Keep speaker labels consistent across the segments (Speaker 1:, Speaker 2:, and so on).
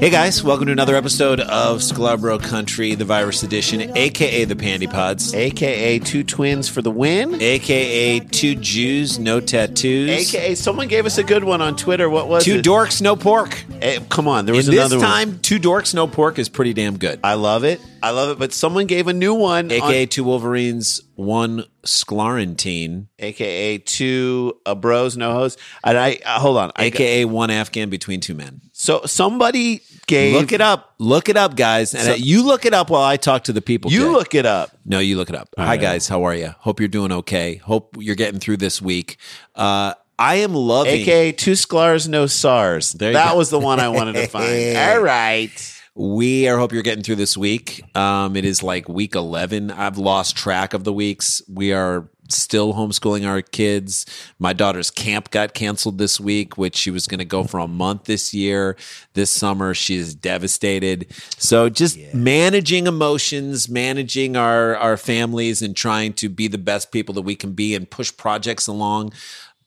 Speaker 1: Hey guys, welcome to another episode of Scalabro Country, the virus edition, aka the Pandy Pods,
Speaker 2: AKA two twins for the win.
Speaker 1: aka two Jews, no tattoos,
Speaker 2: AKA someone gave us a good one on Twitter. What was
Speaker 1: two
Speaker 2: it?
Speaker 1: dorks, no pork.
Speaker 2: Eh, come on, there
Speaker 1: And
Speaker 2: was
Speaker 1: this
Speaker 2: another one.
Speaker 1: time, two dorks, no pork is pretty damn good.
Speaker 2: I love it. I love it. But someone gave a new one.
Speaker 1: AKA
Speaker 2: on-
Speaker 1: two Wolverines, one Sclarentine,
Speaker 2: AKA two uh, bros, no host. And I uh, hold on. I got-
Speaker 1: aka one Afghan between two men.
Speaker 2: so somebody gave.
Speaker 1: Look it up. Look it up, guys. And
Speaker 2: So-
Speaker 1: uh, you look it up while I talk to the people.
Speaker 2: You
Speaker 1: Jay.
Speaker 2: look it up.
Speaker 1: No, you look it up. Hi, guys. How are you? Hope you're doing okay. Hope you're getting through this week. Uh, I am loving.
Speaker 2: AKA two scars, no SARS.
Speaker 1: There you
Speaker 2: that
Speaker 1: go.
Speaker 2: was the one I wanted to find. All right.
Speaker 1: We are hope you're getting through this week. Um, it is like week 11. I've lost track of the weeks. We are still homeschooling our kids. My daughter's camp got canceled this week, which she was going to go for a month this year. This summer, she is devastated. So just managing emotions, managing our our families, and trying to be the best people that we can be and push projects along.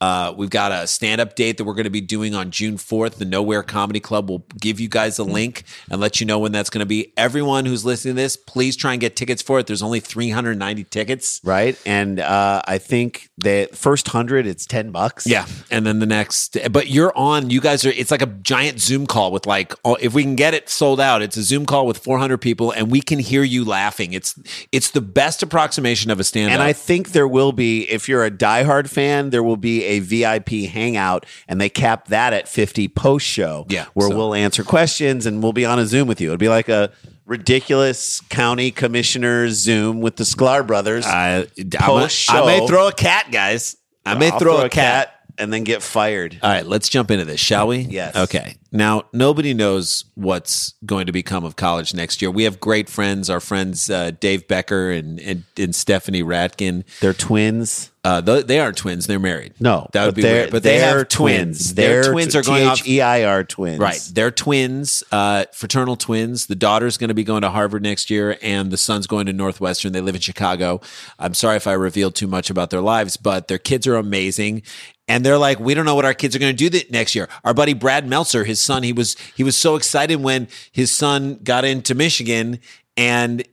Speaker 1: Uh, we've got a stand up date that we're going to be doing on June 4th. The Nowhere Comedy Club will give you guys a link and let you know when that's going to be. Everyone who's listening to this, please try and get tickets for it. There's only 390 tickets.
Speaker 2: Right. And uh, I think the first hundred, it's 10 bucks.
Speaker 1: Yeah. And then the next, but you're on, you guys are, it's like a giant Zoom call with like, oh, if we can get it sold out, it's a Zoom call with 400 people and we can hear you laughing. It's, it's the best approximation of a stand up.
Speaker 2: And I think there will be, if you're a diehard fan, there will be a VIP hangout, and they cap that at 50 post show.
Speaker 1: Yeah,
Speaker 2: where
Speaker 1: so-
Speaker 2: we'll answer questions and we'll be on a Zoom with you. It'll be like a ridiculous county commissioner Zoom with the Sklar brothers.
Speaker 1: I,
Speaker 2: Post
Speaker 1: I may
Speaker 2: show.
Speaker 1: throw a cat, guys. I may
Speaker 2: I'll
Speaker 1: throw, a cat.
Speaker 2: and then get fired.
Speaker 1: All right, let's jump into this, shall we?
Speaker 2: Yes.
Speaker 1: Okay. Now, nobody knows what's going to become of college next year. We have great friends, our friends uh, Dave Becker and, and, and Stephanie Ratkin.
Speaker 2: They're twins.
Speaker 1: Uh, th- they aren't twins; they're married.
Speaker 2: No,
Speaker 1: that would be
Speaker 2: they're-
Speaker 1: weird. But they
Speaker 2: they're
Speaker 1: have twins. Their
Speaker 2: They're E
Speaker 1: twins are going off.
Speaker 2: T-H-E-I-R twins.
Speaker 1: Right, they're twins, uh, fraternal twins. The daughter's going to be going to Harvard next year, and the son's going to Northwestern. They live in Chicago. I'm sorry if I revealed too much about their lives, but their kids are amazing. And they're like, we don't know what our kids are going to do th- next year. Our buddy Brad Meltzer, his son, he was he was so excited when his son got into Michigan, and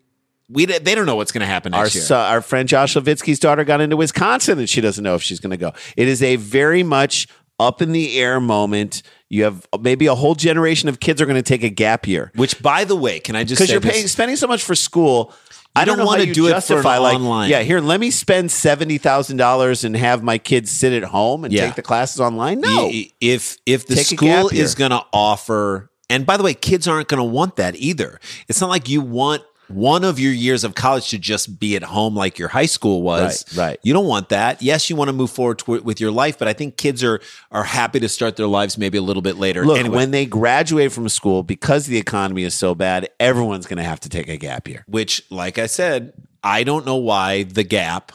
Speaker 1: we d- they don't know what's going to happen
Speaker 2: Our,
Speaker 1: next year.
Speaker 2: so- our friend Josh Levitsky's daughter got into Wisconsin and she doesn't know if she's going to go. It is a very much up in the air moment. You have maybe a whole generation of kids are going to take a gap year
Speaker 1: Which, by the way, can I just
Speaker 2: because
Speaker 1: say
Speaker 2: you're
Speaker 1: this?
Speaker 2: paying spending so much for school. I
Speaker 1: don't
Speaker 2: don't, know
Speaker 1: wanna
Speaker 2: how you
Speaker 1: do it for
Speaker 2: justify,
Speaker 1: an
Speaker 2: like,
Speaker 1: online.
Speaker 2: Yeah, here, let me spend seventy thousand dollars and have my kids sit at home and
Speaker 1: Yeah.
Speaker 2: take the classes online. No,
Speaker 1: Y- y- if if the
Speaker 2: Take a
Speaker 1: school
Speaker 2: gap year.
Speaker 1: is going to offer and by the way kids aren't going to want that either it's not like you want one of your years of college to just be at home like your high school was
Speaker 2: Right, right.
Speaker 1: you don't want that yes you want to move forward to, with your life but i think kids are are happy to start their lives maybe a little bit later
Speaker 2: Look,
Speaker 1: Anyway,
Speaker 2: when they graduate from school, because the economy is so bad, everyone's going to have to take a gap year.
Speaker 1: which like i said i don't know why the gap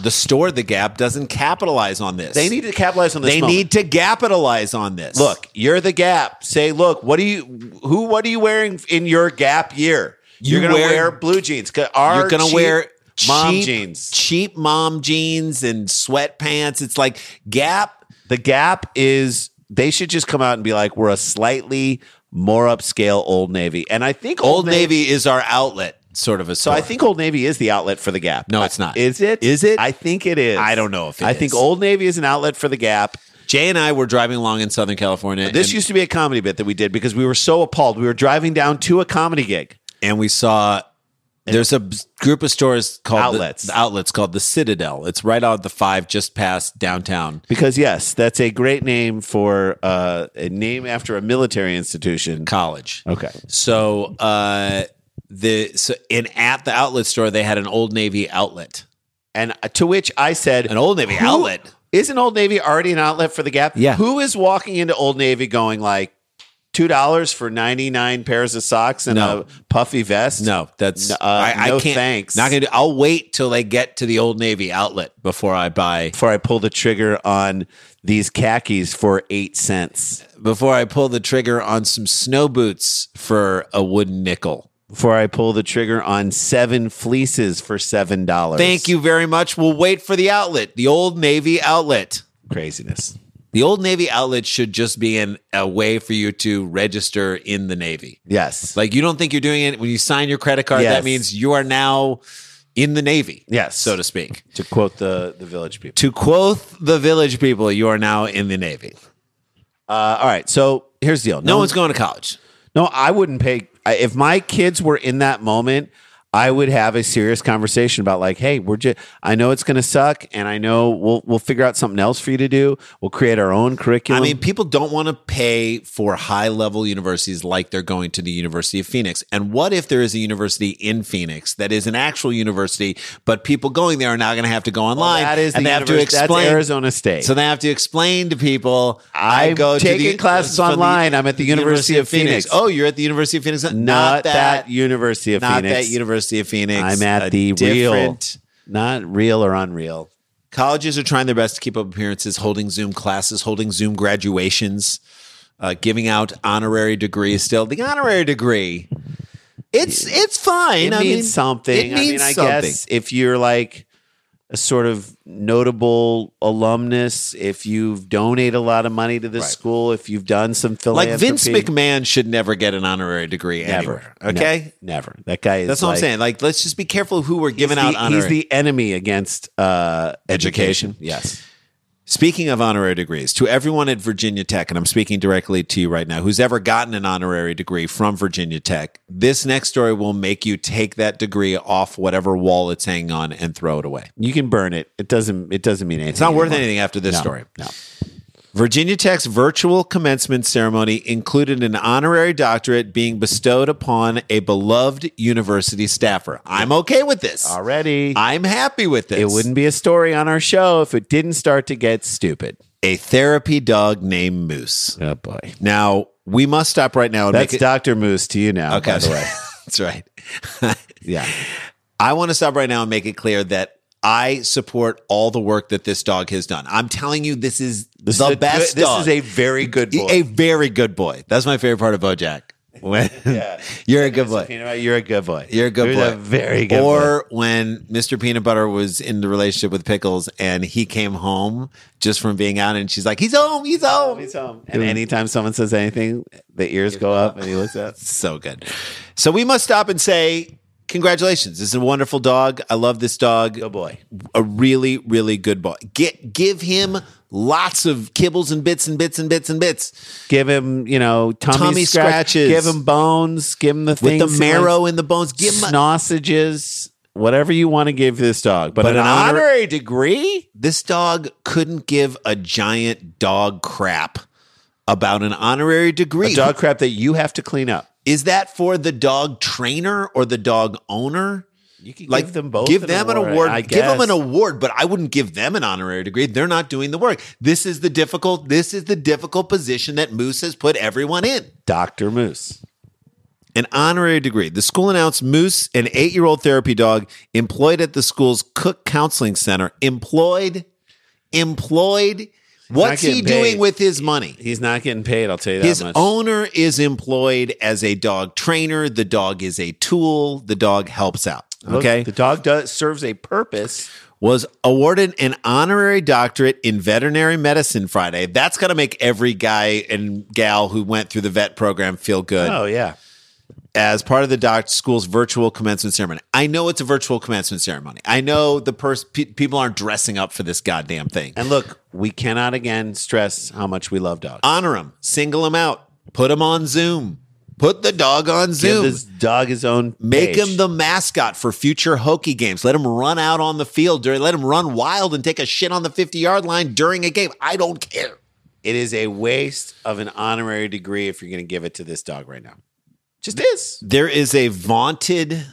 Speaker 1: the store the gap doesn't capitalize on this
Speaker 2: They need to capitalize on this.
Speaker 1: they
Speaker 2: moment.
Speaker 1: need to capitalize on this
Speaker 2: look. You're the Gap. Say, look, what are you? Who? What are you wearing in your Gap year?
Speaker 1: You
Speaker 2: You're going to
Speaker 1: wear-
Speaker 2: wear, blue jeans. 'Cause Our
Speaker 1: you're gonna
Speaker 2: cheap
Speaker 1: wear
Speaker 2: mom
Speaker 1: cheap-
Speaker 2: jeans.
Speaker 1: cheap mom jeans and sweatpants. It's like Gap.
Speaker 2: The Gap is. They should just come out and be like, we're a slightly more upscale Old Navy, and I think
Speaker 1: Old Navy is our outlet, sort of a.
Speaker 2: So I think Old Navy is the outlet for the Gap.
Speaker 1: No, it's not.
Speaker 2: Is it?
Speaker 1: Is it?
Speaker 2: I think it is.
Speaker 1: I don't know if it
Speaker 2: I think
Speaker 1: is.
Speaker 2: Old Navy is an outlet for the Gap.
Speaker 1: Jay and I were driving along in Southern California.
Speaker 2: This
Speaker 1: and,
Speaker 2: used to be a comedy bit that we did because we were so appalled. We were driving down to a comedy gig.
Speaker 1: and we saw. There's a b- group of stores called the-
Speaker 2: Outlets.
Speaker 1: The, outlets called the Citadel. It's right out of the five, just past downtown.
Speaker 2: Because yes, that's a great name for uh, a name after a military institution.
Speaker 1: College.
Speaker 2: Okay.
Speaker 1: So uh, the so and at the outlet store they had an Old Navy outlet.
Speaker 2: And to which I said,
Speaker 1: An Old Navy
Speaker 2: "Who-
Speaker 1: outlet."
Speaker 2: Isn't Old Navy already an outlet for the Gap?
Speaker 1: Yeah.
Speaker 2: Who is walking into Old Navy going like two dollars for ninety nine pairs of socks and
Speaker 1: No.
Speaker 2: a puffy vest?
Speaker 1: No, that's
Speaker 2: No, uh,
Speaker 1: I,
Speaker 2: no
Speaker 1: I can't.
Speaker 2: thanks.
Speaker 1: Not gonna. Do, I'll wait till they get to the Old Navy outlet before I buy.
Speaker 2: Before I pull the trigger on these khakis for eight cents.
Speaker 1: Before I pull the trigger on some snow boots for a wooden nickel.
Speaker 2: Before I pull the trigger on seven fleeces for seven dollars.
Speaker 1: Thank you very much. We'll wait for the outlet, the Old Navy outlet.
Speaker 2: Craziness.
Speaker 1: The Old Navy outlet should just be an, a way for you to register in the Navy.
Speaker 2: Yes.
Speaker 1: Like you don't think you're doing it when you sign your credit card. That
Speaker 2: Yes.
Speaker 1: means you are now in the Navy.
Speaker 2: Yes.
Speaker 1: so to speak.
Speaker 2: to quote the the village people.
Speaker 1: To quote the village people, you are now in the Navy.
Speaker 2: Uh, all right. So here's the deal.
Speaker 1: No one's going to college.
Speaker 2: No, I wouldn't pay. I, if my kids were in that moment, I would have a serious conversation about like, hey, we're just. I know it's going to suck, and I know we'll we'll figure out something else for you to do. We'll create our own
Speaker 1: I
Speaker 2: curriculum.
Speaker 1: mean, people don't want to pay for high level universities like they're going to the University of Phoenix. And what if there is a university in Phoenix that is an actual university, but people going there are now going to have to go online?
Speaker 2: that is
Speaker 1: and
Speaker 2: the
Speaker 1: they have to
Speaker 2: univers- that's
Speaker 1: explain.
Speaker 2: Arizona State.
Speaker 1: So they have to explain to people.
Speaker 2: I'm taking classes
Speaker 1: from
Speaker 2: online. I'm at the University of Phoenix.
Speaker 1: Oh, you're at the University of Phoenix. Not,
Speaker 2: not
Speaker 1: that.
Speaker 2: that, University of
Speaker 1: not
Speaker 2: Phoenix.
Speaker 1: that University of Phoenix.
Speaker 2: I'm at
Speaker 1: A
Speaker 2: the real,
Speaker 1: different-
Speaker 2: not real or unreal.
Speaker 1: Colleges are trying their best to keep up appearances, holding Zoom classes, holding Zoom graduations, uh, giving out honorary degrees. Still, the honorary degree, it's it's fine.
Speaker 2: it
Speaker 1: I
Speaker 2: means
Speaker 1: mean,
Speaker 2: something.
Speaker 1: It means
Speaker 2: I mean, I
Speaker 1: something.
Speaker 2: guess if you're like a sort of notable alumnus, if you've donated a lot of money to this
Speaker 1: Right.
Speaker 2: school, if you've done some
Speaker 1: Like
Speaker 2: philanthropy,
Speaker 1: Vince McMahon should never get an honorary degree
Speaker 2: never,
Speaker 1: anywhere. Okay,
Speaker 2: no, never. That guy is.
Speaker 1: that's what
Speaker 2: like-
Speaker 1: I'm saying. Like, let's just be careful who we're
Speaker 2: He's
Speaker 1: giving out
Speaker 2: the,
Speaker 1: honorary.
Speaker 2: he's the enemy against uh,
Speaker 1: Education.
Speaker 2: education. Yes.
Speaker 1: Speaking of honorary degrees, to everyone at Virginia Tech, and I'm speaking directly to you right now, who's ever gotten an honorary degree from Virginia Tech, this next story will make you take that degree off whatever wall it's hanging on and throw it away.
Speaker 2: You can burn it. It doesn't. It doesn't mean anything.
Speaker 1: It's not worth
Speaker 2: anymore.
Speaker 1: anything after this
Speaker 2: No,
Speaker 1: story.
Speaker 2: No.
Speaker 1: Virginia Tech's virtual commencement ceremony included an honorary doctorate being bestowed upon a beloved university staffer. I'm okay with this.
Speaker 2: Already,
Speaker 1: I'm happy with this.
Speaker 2: it wouldn't be a story on our show if it didn't start to get stupid.
Speaker 1: A therapy dog named Moose.
Speaker 2: Oh boy.
Speaker 1: Now, we must stop right now and
Speaker 2: That's
Speaker 1: make it.
Speaker 2: Dr. Moose to you now, by the way.
Speaker 1: That's right.
Speaker 2: Yeah.
Speaker 1: I want to stop right now and make it clear that I support all the work that this dog has done. I'm telling you, this is
Speaker 2: This
Speaker 1: the
Speaker 2: is a
Speaker 1: best
Speaker 2: good- this
Speaker 1: dog. E,
Speaker 2: is a very good boy.
Speaker 1: A very good boy. That's my favorite part of Bojack. When
Speaker 2: Yeah.
Speaker 1: you're a good boy.
Speaker 2: You know what? You're a good boy.
Speaker 1: You're a good boy.
Speaker 2: a very good boy.
Speaker 1: or when Mr. Peanut Butter was in the relationship with Pickles and he came home just from being out and she's like, he's home, he's home.
Speaker 2: He's home. And anytime someone says anything, the ears go up and he looks up.
Speaker 1: so good. So we must stop and say, congratulations. This is a wonderful dog. I love this dog.
Speaker 2: Good Oh, boy.
Speaker 1: A really, really good boy. Get give him lots of kibbles and bits and bits and bits and bits
Speaker 2: Give him, you know, tummy,
Speaker 1: Tummy
Speaker 2: scratch-
Speaker 1: scratches.
Speaker 2: Give him bones. Give him the
Speaker 1: with
Speaker 2: things
Speaker 1: the
Speaker 2: he
Speaker 1: marrow
Speaker 2: likes.
Speaker 1: in the bones. Give him a,
Speaker 2: sausages, whatever you want to give this dog. But, an, honor-
Speaker 1: degree? This dog couldn't give a giant dog crap about an honorary degree.
Speaker 2: a dog crap that you have to clean up.
Speaker 1: Is that for the dog trainer or the dog owner?
Speaker 2: You can
Speaker 1: Like
Speaker 2: give them both.
Speaker 1: Give them an award.
Speaker 2: I
Speaker 1: give them an
Speaker 2: guess.
Speaker 1: award, but I wouldn't give them an honorary degree. They're not doing the work. This is the difficult. This is the difficult position that Moose has put everyone in.
Speaker 2: Dr. Moose.
Speaker 1: an honorary degree. The school announced Moose, an eight year old therapy dog employed at the school's Cook Counseling Center, employed, employed. What's he
Speaker 2: getting
Speaker 1: doing
Speaker 2: paid.
Speaker 1: with his money?
Speaker 2: He's not getting paid, I'll tell you that
Speaker 1: His
Speaker 2: much.
Speaker 1: owner is employed as a dog trainer. The dog is a tool. The dog helps out.
Speaker 2: Look,
Speaker 1: Okay.
Speaker 2: The dog does serves a purpose.
Speaker 1: was awarded an honorary doctorate in veterinary medicine Friday. That's going to make every guy and gal who went through the vet program feel good.
Speaker 2: Oh yeah.
Speaker 1: as part of the doc school's virtual commencement ceremony. I know it's a virtual commencement ceremony. I know the pers- pe- people aren't dressing up for this goddamn thing.
Speaker 2: And look, we cannot again stress how much we love dogs.
Speaker 1: Honor them, single them out, put them on Zoom, put the dog on
Speaker 2: Give
Speaker 1: Zoom.
Speaker 2: this dog his own
Speaker 1: Make
Speaker 2: page.
Speaker 1: him the mascot for future Hokie games. Let him run out on the field during. Let him run wild and take a shit on the fifty-yard line during a game. I don't care.
Speaker 2: It is a waste of an honorary degree if you're going to give it to this dog right now. Just is.
Speaker 1: There is a vaunted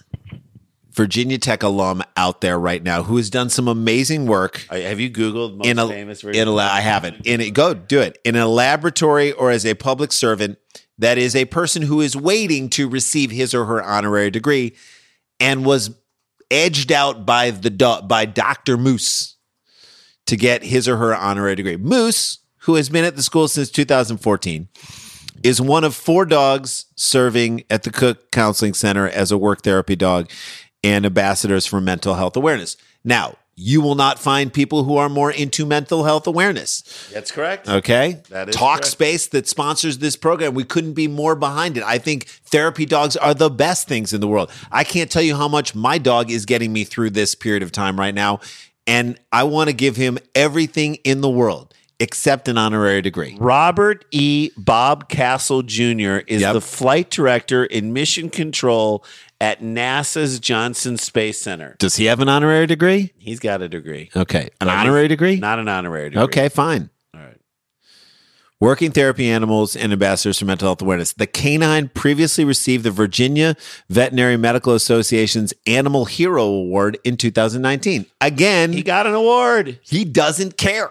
Speaker 1: Virginia Tech alum out there right now who has done some amazing work.
Speaker 2: Uh, Have you Googled most
Speaker 1: in a,
Speaker 2: famous?
Speaker 1: in a la- I haven't. In a, go do it in a laboratory or as a public servant. That is a person who is waiting to receive his or her honorary degree, and was edged out by the do- by Doctor Moose to get his or her honorary degree. Moose, who has been at the school since 2014, is one of four dogs serving at the Cook Counseling Center as a work therapy dog and ambassadors for mental health awareness. Now, you will not find people who are more into mental health awareness.
Speaker 2: That's correct.
Speaker 1: Okay.
Speaker 2: That is
Speaker 1: Talk
Speaker 2: correct.
Speaker 1: space that sponsors this program. We couldn't be more behind it. I think therapy dogs are the best things in the world. I can't tell you how much my dog is getting me through this period of time right now. And I want to give him everything in the world except an honorary degree.
Speaker 2: Robert E. Bob Castle Jr. is
Speaker 1: Yep.
Speaker 2: the flight director in mission control at NASA's Johnson Space Center.
Speaker 1: Does he have an honorary degree?
Speaker 2: He's got a degree,
Speaker 1: Okay. An honorary degree?
Speaker 2: not an honorary degree.
Speaker 1: Okay, fine.
Speaker 2: All right.
Speaker 1: Working therapy animals and ambassadors for mental health awareness. The canine previously received the Virginia Veterinary Medical Association's Animal Hero Award in 2019. Again,
Speaker 2: He got an award.
Speaker 1: he doesn't care.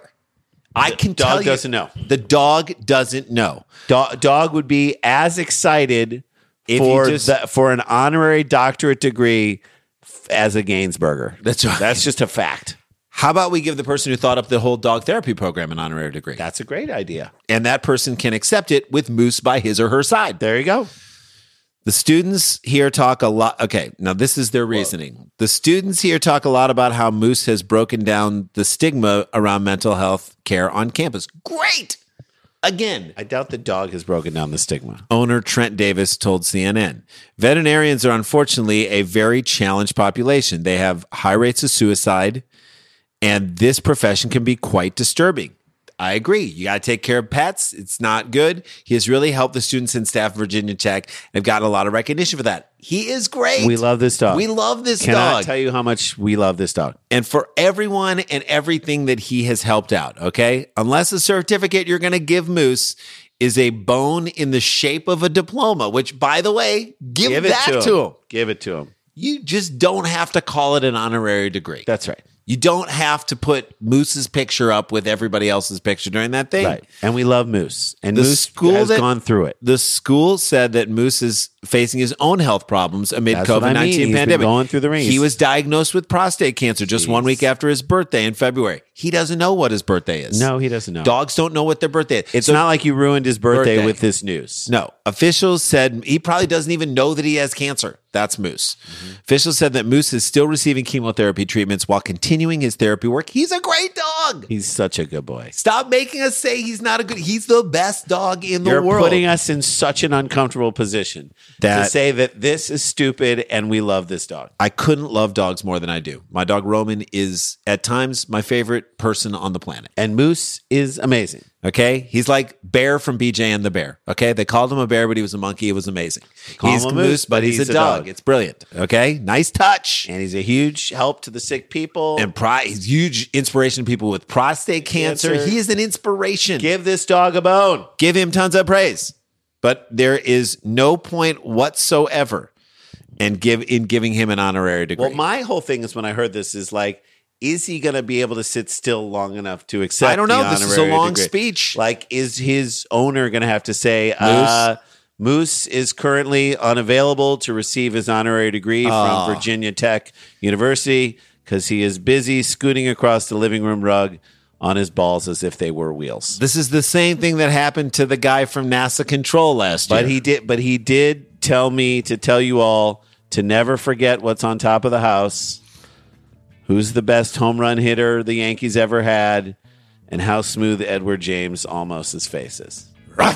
Speaker 1: I can
Speaker 2: dog
Speaker 1: tell you-
Speaker 2: doesn't know.
Speaker 1: The dog doesn't know.
Speaker 2: Dog, dog would be as excited
Speaker 1: If
Speaker 2: for
Speaker 1: you just-
Speaker 2: the, for an honorary doctorate degree f- as a Gainsburger.
Speaker 1: That's right.
Speaker 2: That's just a fact.
Speaker 1: How about we give the person who thought up the whole dog therapy program an honorary degree?
Speaker 2: That's a great idea.
Speaker 1: And that person can accept it with moose by his or her side.
Speaker 2: There you go.
Speaker 1: The students here talk a lot. Okay, now this is their reasoning. The students here talk a lot about how Moose has broken down the stigma around mental health care on campus. Great. Again,
Speaker 2: I doubt the dog has broken down the stigma.
Speaker 1: owner Trent Davis told CNN. Veterinarians are unfortunately a very challenged population. They have high rates of suicide, and this profession can be quite disturbing. I agree. You got to take care of pets. It's not good. He has really helped the students and staff of Virginia Tech and have gotten a lot of recognition for that. He is great.
Speaker 2: We love this dog.
Speaker 1: We love this
Speaker 2: Cannot
Speaker 1: dog
Speaker 2: tell you how much we love this dog.
Speaker 1: and for everyone and everything that he has helped out. Okay. Unless the certificate you're going to give Moose is a bone in the shape of a diploma, which, by the way, give, that to him.
Speaker 2: Give it to him.
Speaker 1: You just don't have to call it an honorary degree.
Speaker 2: That's right.
Speaker 1: you don't have to put Moose's picture up with everybody else's picture during that thing.
Speaker 2: Right. And we love Moose. And
Speaker 1: The
Speaker 2: Moose
Speaker 1: school
Speaker 2: has
Speaker 1: that-
Speaker 2: gone through it.
Speaker 1: The school said that Moose is facing his own health problems amid
Speaker 2: That's what
Speaker 1: COVID
Speaker 2: I mean.
Speaker 1: nineteen
Speaker 2: He's been
Speaker 1: pandemic.
Speaker 2: going through the rings.
Speaker 1: He was diagnosed with prostate cancer just one
Speaker 2: Jeez.
Speaker 1: week after his birthday in February. He doesn't know what his birthday is.
Speaker 2: No, he doesn't know.
Speaker 1: dogs don't know what their birthday is.
Speaker 2: It's
Speaker 1: So-
Speaker 2: not like you ruined his birthday,
Speaker 1: Birthday.
Speaker 2: with this news.
Speaker 1: No, officials said he probably doesn't even know that he has cancer. That's Moose.
Speaker 2: Mm-hmm.
Speaker 1: Officials said that Moose is still receiving chemotherapy treatments while continuing his therapy work. He's a great dog.
Speaker 2: He's such a good boy.
Speaker 1: Stop making us say he's not a good. He's the best dog in the
Speaker 2: You're
Speaker 1: world.
Speaker 2: putting us in such an uncomfortable position to
Speaker 1: That-
Speaker 2: say that this is stupid and we love this dog.
Speaker 1: I couldn't love dogs more than I do. My dog Roman is at times my favorite favorite person on the planet.
Speaker 2: And Moose is amazing.
Speaker 1: Okay, he's like Bear from BJ and the Bear. Okay, they called him a bear, but he was a monkey. It was amazing.
Speaker 2: Call
Speaker 1: he's
Speaker 2: him a moose,
Speaker 1: but he's, a, dog. It's brilliant. Okay, nice touch.
Speaker 2: And he's a huge help to the sick people.
Speaker 1: And pri- he's huge inspiration to people with prostate cancer.
Speaker 2: Cancer.
Speaker 1: He is an inspiration.
Speaker 2: give this dog a bone.
Speaker 1: give him tons of praise. But there is no point whatsoever and give in giving him an honorary degree.
Speaker 2: Well, my whole thing is when I heard this is like, is he going to be able to sit still long enough to accept?
Speaker 1: I don't
Speaker 2: the
Speaker 1: know. This is a
Speaker 2: honorary
Speaker 1: long
Speaker 2: degree?
Speaker 1: speech.
Speaker 2: Like, is his owner going to have to say, Moose? Uh, Moose is currently unavailable to receive his honorary degree
Speaker 1: Ah.
Speaker 2: from Virginia Tech University because he is busy scooting across the living room rug on his balls as if they were wheels.
Speaker 1: this is the same thing that happened to the guy from NASA Control last year.
Speaker 2: But he did. But he did tell me to tell you all to never forget what's on top of the house. Who's the best home run hitter the Yankees ever had, and how smooth Edward James almost's face is.
Speaker 1: All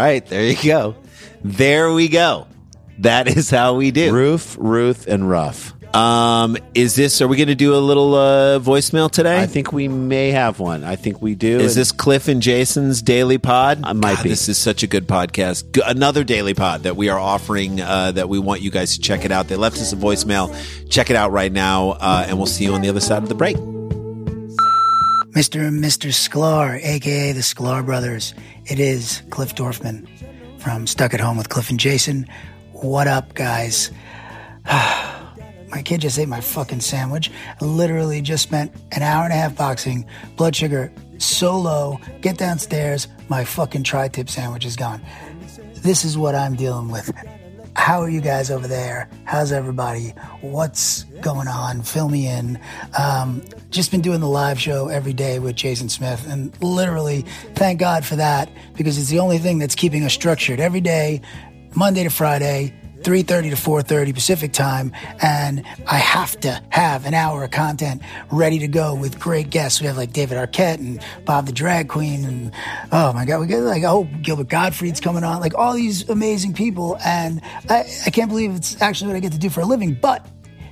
Speaker 1: right, there you go. There we go. That is how we do.
Speaker 2: Roof, Ruth, and Ruff.
Speaker 1: Um, is this? Are we going to do a little uh, voicemail today?
Speaker 2: I think we may have one. I think we do.
Speaker 1: Is
Speaker 2: And
Speaker 1: this Cliff and Jason's daily pod? I
Speaker 2: might be.
Speaker 1: This is such a good podcast. G- Another daily pod that we are offering uh, that we want you guys to check it out. They left us a voicemail. Check it out right now, uh, and we'll see you on the other side of the break.
Speaker 3: Mr. and Mr. Sklar, aka the Sklar Brothers. It is Cliff Dorfman from Stuck at Home with Cliff and Jason. What up, guys? my kid just ate my fucking sandwich. I literally just spent an hour and a half boxing, blood sugar so low, get downstairs, my fucking tri tip sandwich is gone. This is what I'm dealing with. How are you guys over there? How's everybody? What's going on? Fill me in. Um, just been doing the live show every day with Jason Smith, and literally, thank God for that because it's the only thing that's keeping us structured every day, Monday to Friday. 3.30 to 4.30 pacific time and i have to have an hour of content ready to go with great guests we have like david arquette and bob the drag queen and oh my god we got like oh gilbert gottfried's coming on like all these amazing people and i, I can't believe it's actually what i get to do for a living but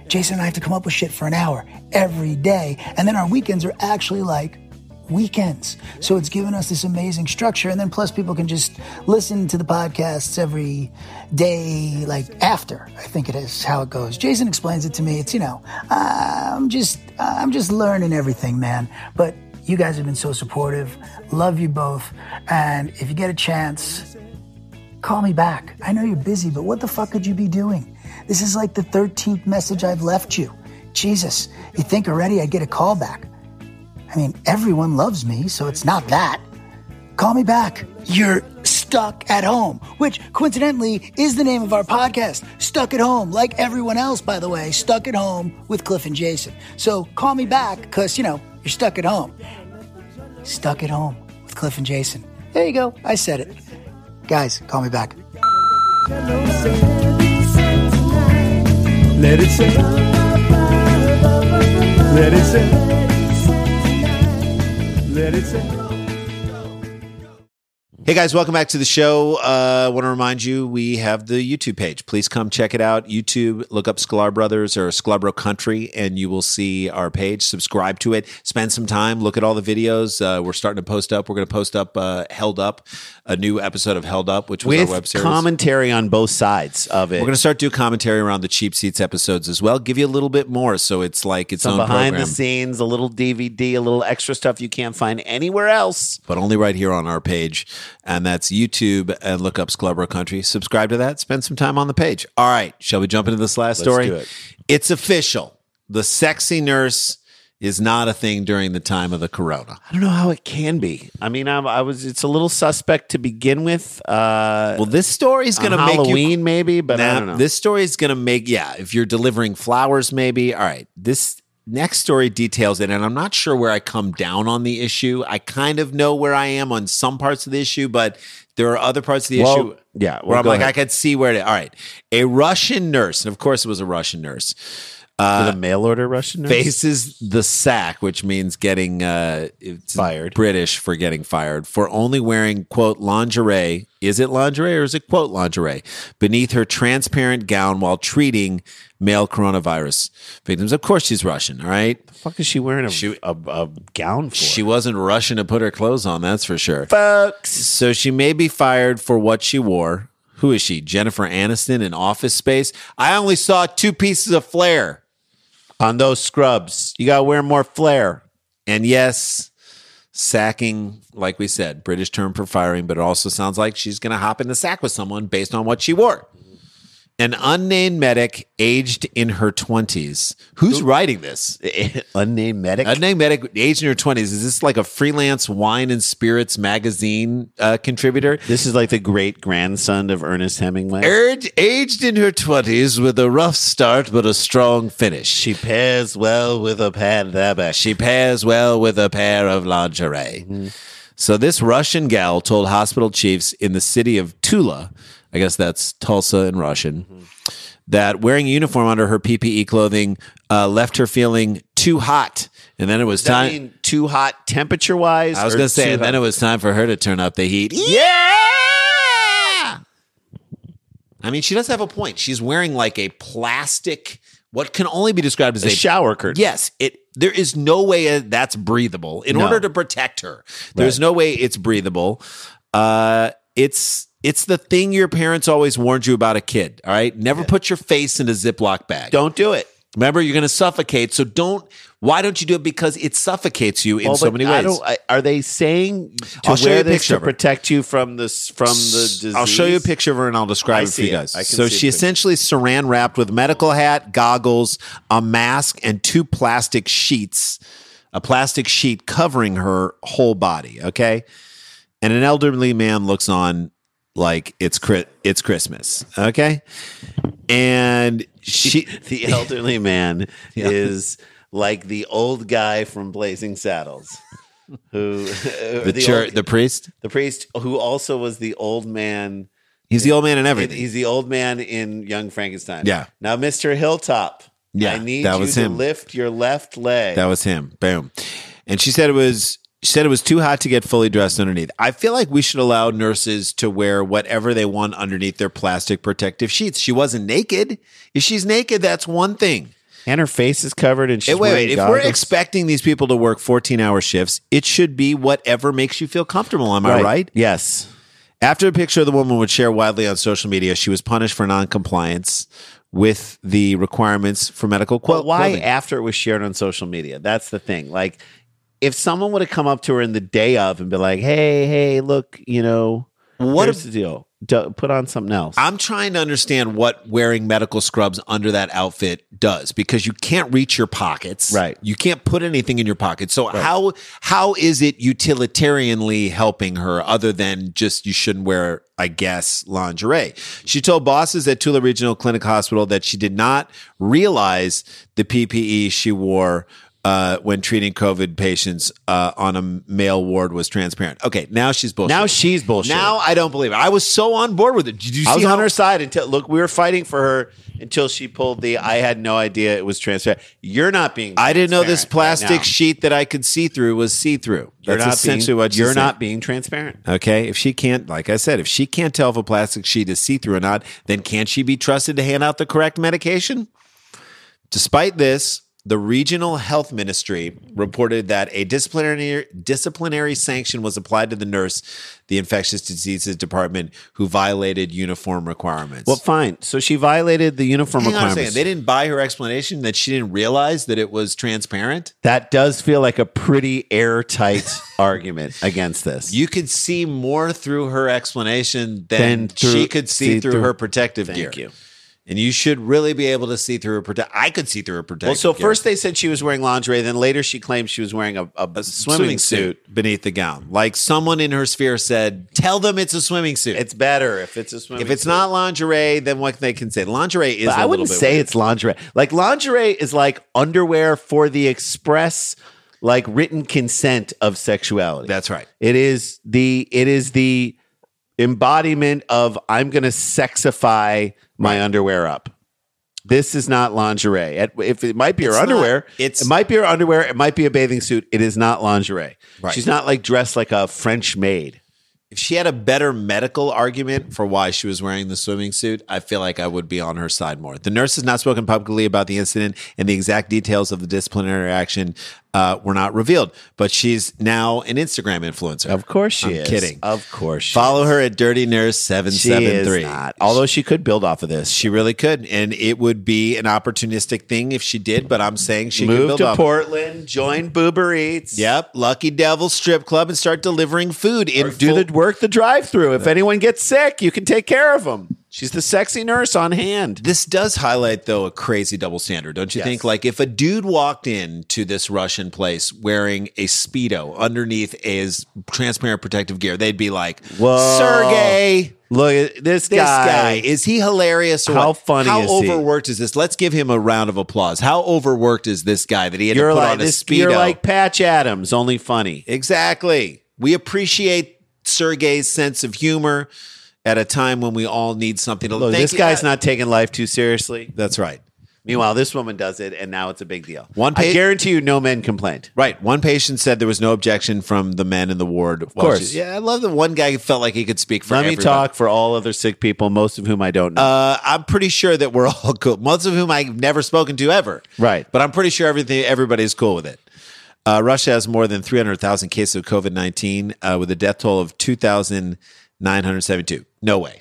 Speaker 3: jason and i have to come up with shit for an hour every day and then our weekends are actually like weekends. So it's given us this amazing structure. And then plus people can just listen to the podcasts every day, like after, I think it is how it goes. Jason explains it to me. It's, you know, uh, I'm just, I'm just learning everything, man. But you guys have been so supportive. Love you both. And if you get a chance, call me back. I know you're busy, but what the fuck could you be doing? This is like the 13th message I've left you. Jesus, you think already I'd get a call back. I mean, everyone loves me, so it's not that. Call me back. You're stuck at home, which coincidentally is the name of our podcast, Stuck at Home, like everyone else, by the way, Stuck at Home with Cliff and Jason. So call me back because, you know, you're stuck at home. Stuck at Home with Cliff and Jason. There you go. I said it. Guys, call me back.
Speaker 4: Let it sit. Let it sit. Let it sit.
Speaker 1: Hey guys, welcome back to the show. Uh, I want to remind you we have the YouTube page. Please come check it out. YouTube, look up Sklar Brothers or Sklarbro Country, and you will see our page. Subscribe to it. Spend some time. Look at all the videos. Uh, we're starting to post up. We're going to post up uh, Held Up, a new episode of Held Up, which was
Speaker 2: with
Speaker 1: our web series.
Speaker 2: commentary on both sides of it.
Speaker 1: We're going to start doing commentary around the cheap seats episodes as well. Give you a little bit more, so it's like its
Speaker 2: some
Speaker 1: own
Speaker 2: behind
Speaker 1: program,
Speaker 2: the scenes, a little DVD, a little extra stuff you can't find anywhere else.
Speaker 1: but only right here on our page, and that's YouTube. And look up Sclubber Country. Subscribe to that. Spend some time on the page. All right, shall we jump into this last story?
Speaker 2: do it.
Speaker 1: It's official. The sexy nurse is not a thing during the time of the corona.
Speaker 2: I don't know how it can be. I mean, I, I was. It's a little suspect to begin with. Uh,
Speaker 1: Well, this story is going
Speaker 2: on
Speaker 1: to make you
Speaker 2: Halloween, maybe, but I
Speaker 1: Now,
Speaker 2: don't know.
Speaker 1: This story is going to make, yeah, if you're delivering flowers, maybe. All right. This next story details it. And I'm not sure where I come down on the issue. I kind of know where I am on some parts of the issue, but there are other parts of the
Speaker 2: Well,
Speaker 1: issue.
Speaker 2: yeah, well,
Speaker 1: where I'm
Speaker 2: go
Speaker 1: like,
Speaker 2: ahead.
Speaker 1: I could see where it. All right. A Russian nurse, and of course it was a Russian nurse.
Speaker 2: With a mail order Russian nurse?
Speaker 1: Uh, faces the sack, which means getting uh, it's
Speaker 2: Fired.
Speaker 1: British for getting fired for only wearing quote lingerie. Is it lingerie or is it quote lingerie beneath her transparent gown while treating male coronavirus victims? Of course, she's Russian. All right,
Speaker 2: fuck is she wearing a,
Speaker 1: She-
Speaker 2: a, a gown for?
Speaker 1: she wasn't Russian to put her clothes on. That's for sure.
Speaker 2: folks.
Speaker 1: So she may be fired for what she wore. Who is she? Jennifer Aniston in Office Space. I only saw two pieces of flair.
Speaker 2: On those scrubs, you gotta wear more flair.
Speaker 1: And yes, sacking, like we said, British term for firing, but it also sounds like she's going to hop in the sack with someone based on what she wore. An unnamed medic aged in her 20s. Who's writing this?
Speaker 2: Unnamed medic.
Speaker 1: Unnamed medic aged in her 20s. Is this like a freelance wine and spirits magazine uh, contributor?
Speaker 2: this is like the great grandson of Ernest Hemingway.
Speaker 1: Urge, aged in her 20s with a rough start but a strong finish. She,
Speaker 2: she pairs well with a pandemic.
Speaker 1: she pairs well with a pair of lingerie.
Speaker 2: Mm-hmm.
Speaker 1: So, this Russian gal told hospital chiefs in the city of Tula, I guess that's Tulsa in Russian,
Speaker 2: Mm-hmm.
Speaker 1: that wearing a uniform under her PPE clothing uh, left her feeling too hot. And then it was
Speaker 2: I
Speaker 1: time.
Speaker 2: mean, too hot temperature wise.
Speaker 1: I was going to say, and then it was time for her to turn up the heat.
Speaker 2: yeah.
Speaker 1: I mean, she does have a point. She's wearing like a plastic, what can only be described as
Speaker 2: The
Speaker 1: a
Speaker 2: shower curtain.
Speaker 1: Yes, it. There is no way that's breathable. In
Speaker 2: No.
Speaker 1: order to protect her, there's no way it's breathable. Uh, it's it's the thing your parents always warned you about a kid. All right, never put your face in a Ziploc bag.
Speaker 2: Don't do it.
Speaker 1: remember you're going to suffocate. So don't. Why don't you do it? Because it suffocates you in
Speaker 2: Well,
Speaker 1: so
Speaker 2: but
Speaker 1: many
Speaker 2: I
Speaker 1: ways.
Speaker 2: don't- I- are they saying to
Speaker 1: I'll show you
Speaker 2: wear
Speaker 1: a
Speaker 2: this
Speaker 1: picture
Speaker 2: to
Speaker 1: of her.
Speaker 2: protect you from this from the disease?
Speaker 1: I'll show you a picture of her and I'll describe
Speaker 2: I
Speaker 1: it for you
Speaker 2: see it.
Speaker 1: guys.
Speaker 2: I can
Speaker 1: So
Speaker 2: see
Speaker 1: she
Speaker 2: the picture.
Speaker 1: essentially saran wrapped with medical hat, goggles, a mask, and two plastic sheets, a plastic sheet covering her whole body. Okay. And an elderly man looks on like it's Chri- it's Christmas. Okay. And she
Speaker 2: The elderly man is like the old guy from Blazing Saddles, who
Speaker 1: the, church
Speaker 2: old-
Speaker 1: the priest.
Speaker 2: the priest who also was the old man.
Speaker 1: He's the old man in everything.
Speaker 2: He's the old man in Young Frankenstein.
Speaker 1: Yeah.
Speaker 2: Now, Mister Hilltop.
Speaker 1: Yeah,
Speaker 2: I need
Speaker 1: that
Speaker 2: you
Speaker 1: was
Speaker 2: to
Speaker 1: him.
Speaker 2: lift your left leg.
Speaker 1: That was him. Boom. And she said it was she said it was too hot to get fully dressed underneath. I feel like we should allow nurses to wear whatever they want underneath their plastic protective sheets. She wasn't naked. If she's naked, that's one thing.
Speaker 2: and her face is covered, and she's
Speaker 1: And wait,
Speaker 2: wearing
Speaker 1: wait. If
Speaker 2: goggles.
Speaker 1: we're expecting these people to work 14-hour shifts, it should be whatever makes you feel comfortable, am I right?
Speaker 2: Yes.
Speaker 1: After a picture of the woman would share widely on social media, she was punished for noncompliance with the requirements for medical
Speaker 2: Well,
Speaker 1: quote.
Speaker 2: why after it was shared on social media? That's the thing. Like, if someone would have come up to her in the day of and be like, "Hey, hey, look, you know,
Speaker 1: What
Speaker 2: here's
Speaker 1: if-
Speaker 2: the deal? Do, put on something else."
Speaker 1: I'm trying to understand what wearing medical scrubs under that outfit does because you can't reach your pockets.
Speaker 2: Right.
Speaker 1: You can't put anything in your pocket. So how how is it utilitarianly helping her other than just you shouldn't wear, I guess, lingerie? She told bosses at Tula Regional Clinic Hospital that she did not realize the PPE she wore uh, when treating COVID patients uh, on a male ward was transparent. Okay, now she's bullshit.
Speaker 2: now she's bullshit.
Speaker 1: Now I don't believe it. I was so on board with it. Did you see
Speaker 2: I was
Speaker 1: how
Speaker 2: on her side until look, we were fighting for her until she pulled the. I had no idea it was transparent. You're not being.
Speaker 1: I didn't know this
Speaker 2: transparent right
Speaker 1: plastic
Speaker 2: now.
Speaker 1: sheet that I could see through was see through.
Speaker 2: You're
Speaker 1: That's
Speaker 2: not
Speaker 1: essentially
Speaker 2: being,
Speaker 1: what she
Speaker 2: you're
Speaker 1: said.
Speaker 2: not being transparent.
Speaker 1: Okay, if she can't, like I said, if she can't tell if a plastic sheet is see through or not, then can't she be trusted to hand out the correct medication? Despite this, the regional health ministry reported that a disciplinary disciplinary sanction was applied to the nurse, the infectious diseases department, who violated uniform requirements.
Speaker 2: Well, fine. So she violated the uniform
Speaker 1: Hang on a
Speaker 2: requirements.
Speaker 1: second. They didn't buy her explanation that she didn't realize that it was transparent.
Speaker 2: that does feel like a pretty airtight argument against this.
Speaker 1: You could see more through her explanation than,
Speaker 2: Than through-
Speaker 1: she could see,
Speaker 2: see
Speaker 1: through,
Speaker 2: through-
Speaker 1: her protective
Speaker 2: Thank
Speaker 1: gear.
Speaker 2: you.
Speaker 1: And you should really be able to see through her protect. I could see through her protective.
Speaker 2: Well, so
Speaker 1: gear.
Speaker 2: first they said she was wearing lingerie, then later she claimed she was wearing a, a, swimming, suit.
Speaker 1: beneath the gown. Like someone in her sphere said, "Tell them it's a swimming suit.
Speaker 2: It's better if it's a swimming.
Speaker 1: if it's not lingerie, then what they can say lingerie is.
Speaker 2: but
Speaker 1: I
Speaker 2: I wouldn't say it's lingerie. Like lingerie is like underwear for the express, like written consent of sexuality.
Speaker 1: That's right.
Speaker 2: It is the it is the embodiment of I'm going to sexify my underwear up. This is not lingerie. At- If it might be her
Speaker 1: It's not-
Speaker 2: underwear,
Speaker 1: it's-
Speaker 2: it might be her underwear. It might be a bathing suit. It is not lingerie.
Speaker 1: Right.
Speaker 2: She's not like dressed like a French maid.
Speaker 1: If she had a better medical argument for why she was wearing the swimming suit, I feel like I would be on her side more. The nurse has not spoken publicly about the incident, and the exact details of the disciplinary action uh, were not revealed. But she's now an Instagram influencer.
Speaker 2: Of course she
Speaker 1: I'm
Speaker 2: is.
Speaker 1: Kidding.
Speaker 2: Of course. She
Speaker 1: Follow
Speaker 2: is.
Speaker 1: her at Dirty Nurse Seven
Speaker 2: She
Speaker 1: Seven
Speaker 2: is
Speaker 1: Three.
Speaker 2: not. Although she could build off of this.
Speaker 1: She really could, and it would be an opportunistic thing if she did. But I'm saying she could
Speaker 2: Move
Speaker 1: build
Speaker 2: to
Speaker 1: off-
Speaker 2: Portland, join Boober Eats.
Speaker 1: Yep, Lucky Devil Strip Club, and start delivering food in
Speaker 2: Or do
Speaker 1: full-
Speaker 2: the work the drive-through. If anyone gets sick, you can take care of them. She's the sexy nurse on hand.
Speaker 1: This does highlight, though, a crazy double standard, don't you
Speaker 2: Yes.
Speaker 1: think? Like, if a dude walked in to this Russian place wearing a speedo underneath his transparent protective gear, they'd be like,
Speaker 2: Whoa.
Speaker 1: Sergey,
Speaker 2: Look at this,
Speaker 1: this guy.
Speaker 2: guy.
Speaker 1: is he hilarious? Or
Speaker 2: How
Speaker 1: what?
Speaker 2: funny
Speaker 1: How
Speaker 2: is he?"
Speaker 1: overworked is this? Let's give him a round of applause. How overworked is this guy that he had
Speaker 2: You're
Speaker 1: to put
Speaker 2: like
Speaker 1: on a
Speaker 2: this,
Speaker 1: speedo?
Speaker 2: you're like Patch Adams, only funny.
Speaker 1: Exactly. We appreciate Sergey's sense of humor at a time when we all need something to
Speaker 2: Look,
Speaker 1: Thank
Speaker 2: this
Speaker 1: you. uh,
Speaker 2: guy's not taking life too seriously.
Speaker 1: That's right.
Speaker 2: Meanwhile, this woman does it, and now it's a big deal.
Speaker 1: One
Speaker 2: I
Speaker 1: pa-
Speaker 2: guarantee you, no men complained.
Speaker 1: Right. One patient said there was no objection from the men in the ward. Of
Speaker 2: course.
Speaker 1: yeah, I love that one guy felt like he could speak for
Speaker 2: Let me
Speaker 1: everybody.
Speaker 2: talk for all other sick people, most of whom I don't know.
Speaker 1: Uh, I'm pretty sure that we're all cool. Most of whom I've never spoken to ever.
Speaker 2: Right.
Speaker 1: But I'm pretty sure everything everybody's cool with it. Uh, Russia has more than 300,000 cases of COVID 19 uh, with a death toll of 2,972. No way.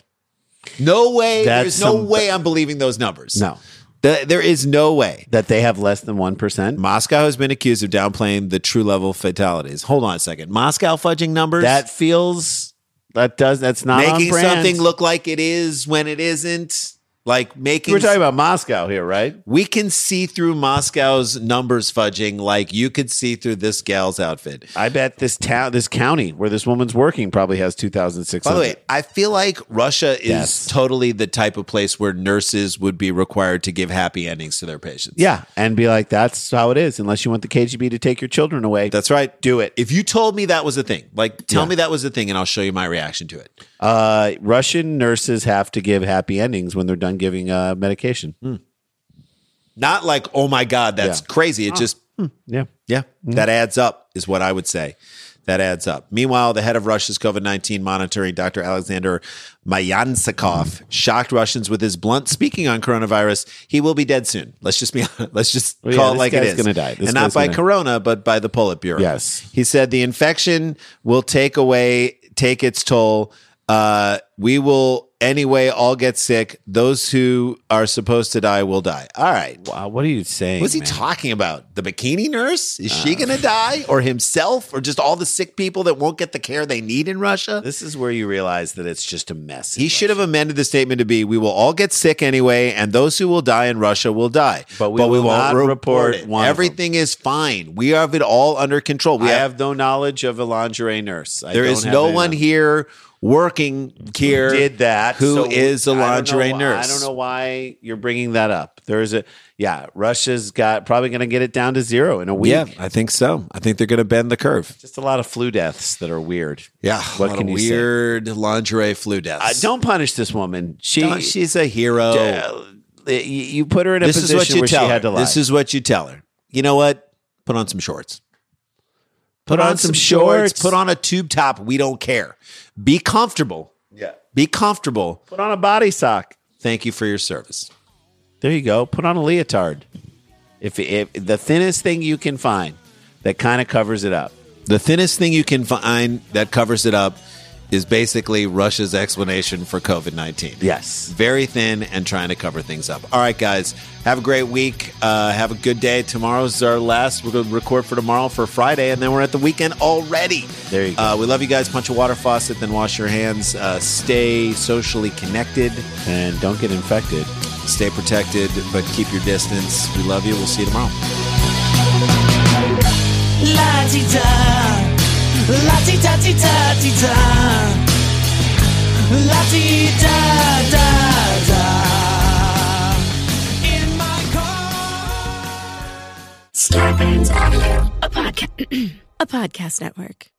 Speaker 1: No way.
Speaker 2: That's
Speaker 1: There's no
Speaker 2: some-
Speaker 1: way I'm believing those numbers.
Speaker 2: No.
Speaker 1: Th- there is no way.
Speaker 2: that they have less than one percent.
Speaker 1: Moscow has been accused of downplaying the true level of fatalities. Hold on a second. Moscow fudging numbers?
Speaker 2: That feels that does that's not on
Speaker 1: making
Speaker 2: brand.
Speaker 1: something look like it is when it isn't. Like making
Speaker 2: We're talking about Moscow here, right?
Speaker 1: we can see through Moscow's numbers fudging like you could see through this gal's outfit.
Speaker 2: I bet this town, this county where this woman's working, probably has two thousand six
Speaker 1: By the way,
Speaker 2: hundred.
Speaker 1: I feel like Russia is
Speaker 2: Yes.
Speaker 1: totally the type of place where nurses would be required to give happy endings to their patients.
Speaker 2: Yeah, and be like, that's how it is. Unless you want the KGB to take your children away,
Speaker 1: That's right.
Speaker 2: do it.
Speaker 1: If you told me that was a thing, like tell me that was a thing and I'll show you my reaction to it.
Speaker 2: Uh, Russian nurses have to give happy endings when they're done giving uh, medication.
Speaker 1: Hmm. Not like, oh my God, that's
Speaker 2: Yeah. Oh.
Speaker 1: crazy. It just
Speaker 2: Yeah,
Speaker 1: Yeah,
Speaker 2: Mm-hmm.
Speaker 1: that adds up, is what I would say. That adds up. Meanwhile, the head of Russia's COVID 19 monitoring, Dr. Alexander Mayansikov, shocked Russians with his blunt speaking on coronavirus. He will be dead soon. Let's just be let's just
Speaker 2: Well, yeah,
Speaker 1: call it
Speaker 2: this
Speaker 1: like it
Speaker 2: guy's
Speaker 1: is.
Speaker 2: gonna die. This
Speaker 1: and not
Speaker 2: guy's
Speaker 1: by
Speaker 2: gonna-
Speaker 1: corona, but by the Politburo.
Speaker 2: Yes.
Speaker 1: He said the infection will take away, take its toll. Uh, we will anyway all get sick. Those who are supposed to die will die. All right.
Speaker 2: wow. What are you saying?
Speaker 1: What's he
Speaker 2: man?
Speaker 1: talking about? The bikini nurse? Is she going to die or himself or just all the sick people that won't get the care they need in Russia?
Speaker 2: This is where you realize that it's just a mess.
Speaker 1: He should have amended the statement to be we will all get sick anyway, and those who will die in Russia will die.
Speaker 2: But we will not report one of them.
Speaker 1: Everything is fine. We have it all under control. We
Speaker 2: I
Speaker 1: have,
Speaker 2: have no knowledge of a lingerie nurse. I
Speaker 1: there
Speaker 2: don't
Speaker 1: is
Speaker 2: have
Speaker 1: no
Speaker 2: any
Speaker 1: one
Speaker 2: knowledge.
Speaker 1: here working here
Speaker 2: did that.
Speaker 1: who is
Speaker 2: so
Speaker 1: a
Speaker 2: I don't know
Speaker 1: lingerie
Speaker 2: why-
Speaker 1: nurse.
Speaker 2: I don't know why you're bringing that up. There's a yeah. Russia's got probably going to get it down to zero in a week.
Speaker 1: Yeah, I think so. I think they're going to bend the curve.
Speaker 2: Just a lot of flu deaths that are weird.
Speaker 1: Yeah, what
Speaker 2: What
Speaker 1: a
Speaker 2: can you say?
Speaker 1: weird lingerie flu deaths.
Speaker 2: Uh, don't punish this woman. She
Speaker 1: Don't- she's a hero.
Speaker 2: uh, you- you put her in a
Speaker 1: this is
Speaker 2: position
Speaker 1: what you
Speaker 2: where
Speaker 1: tell
Speaker 2: she
Speaker 1: her.
Speaker 2: had to lie.
Speaker 1: This is what you tell her. You know what? Put on some shorts. Put,
Speaker 2: on some shorts.
Speaker 1: Put on a tube top. We don't care. Be comfortable. Yeah. Be comfortable.
Speaker 2: put on a body sock.
Speaker 1: Thank you for your service.
Speaker 2: There you go. Put on a leotard. If, if the thinnest thing you can find that kind of covers it up.
Speaker 1: The thinnest thing you can find that covers it up is basically Russia's explanation for COVID 19.
Speaker 2: Yes.
Speaker 1: Very thin and trying to cover things up. All right, guys, have a great week. Uh, have a good day. Tomorrow's our last. We're going to record for tomorrow for Friday, and then we're at the weekend already.
Speaker 2: There you go.
Speaker 1: Uh, we love you guys. Punch a water faucet, then wash your hands. Uh, stay socially connected,
Speaker 2: And don't get infected.
Speaker 1: stay protected, but keep your distance. We love you. We'll see you tomorrow.
Speaker 5: La ti da, la ti da ti da ti da, la ti da da da. In my car.
Speaker 6: Scarpins Audio, a podcast, a podcast network.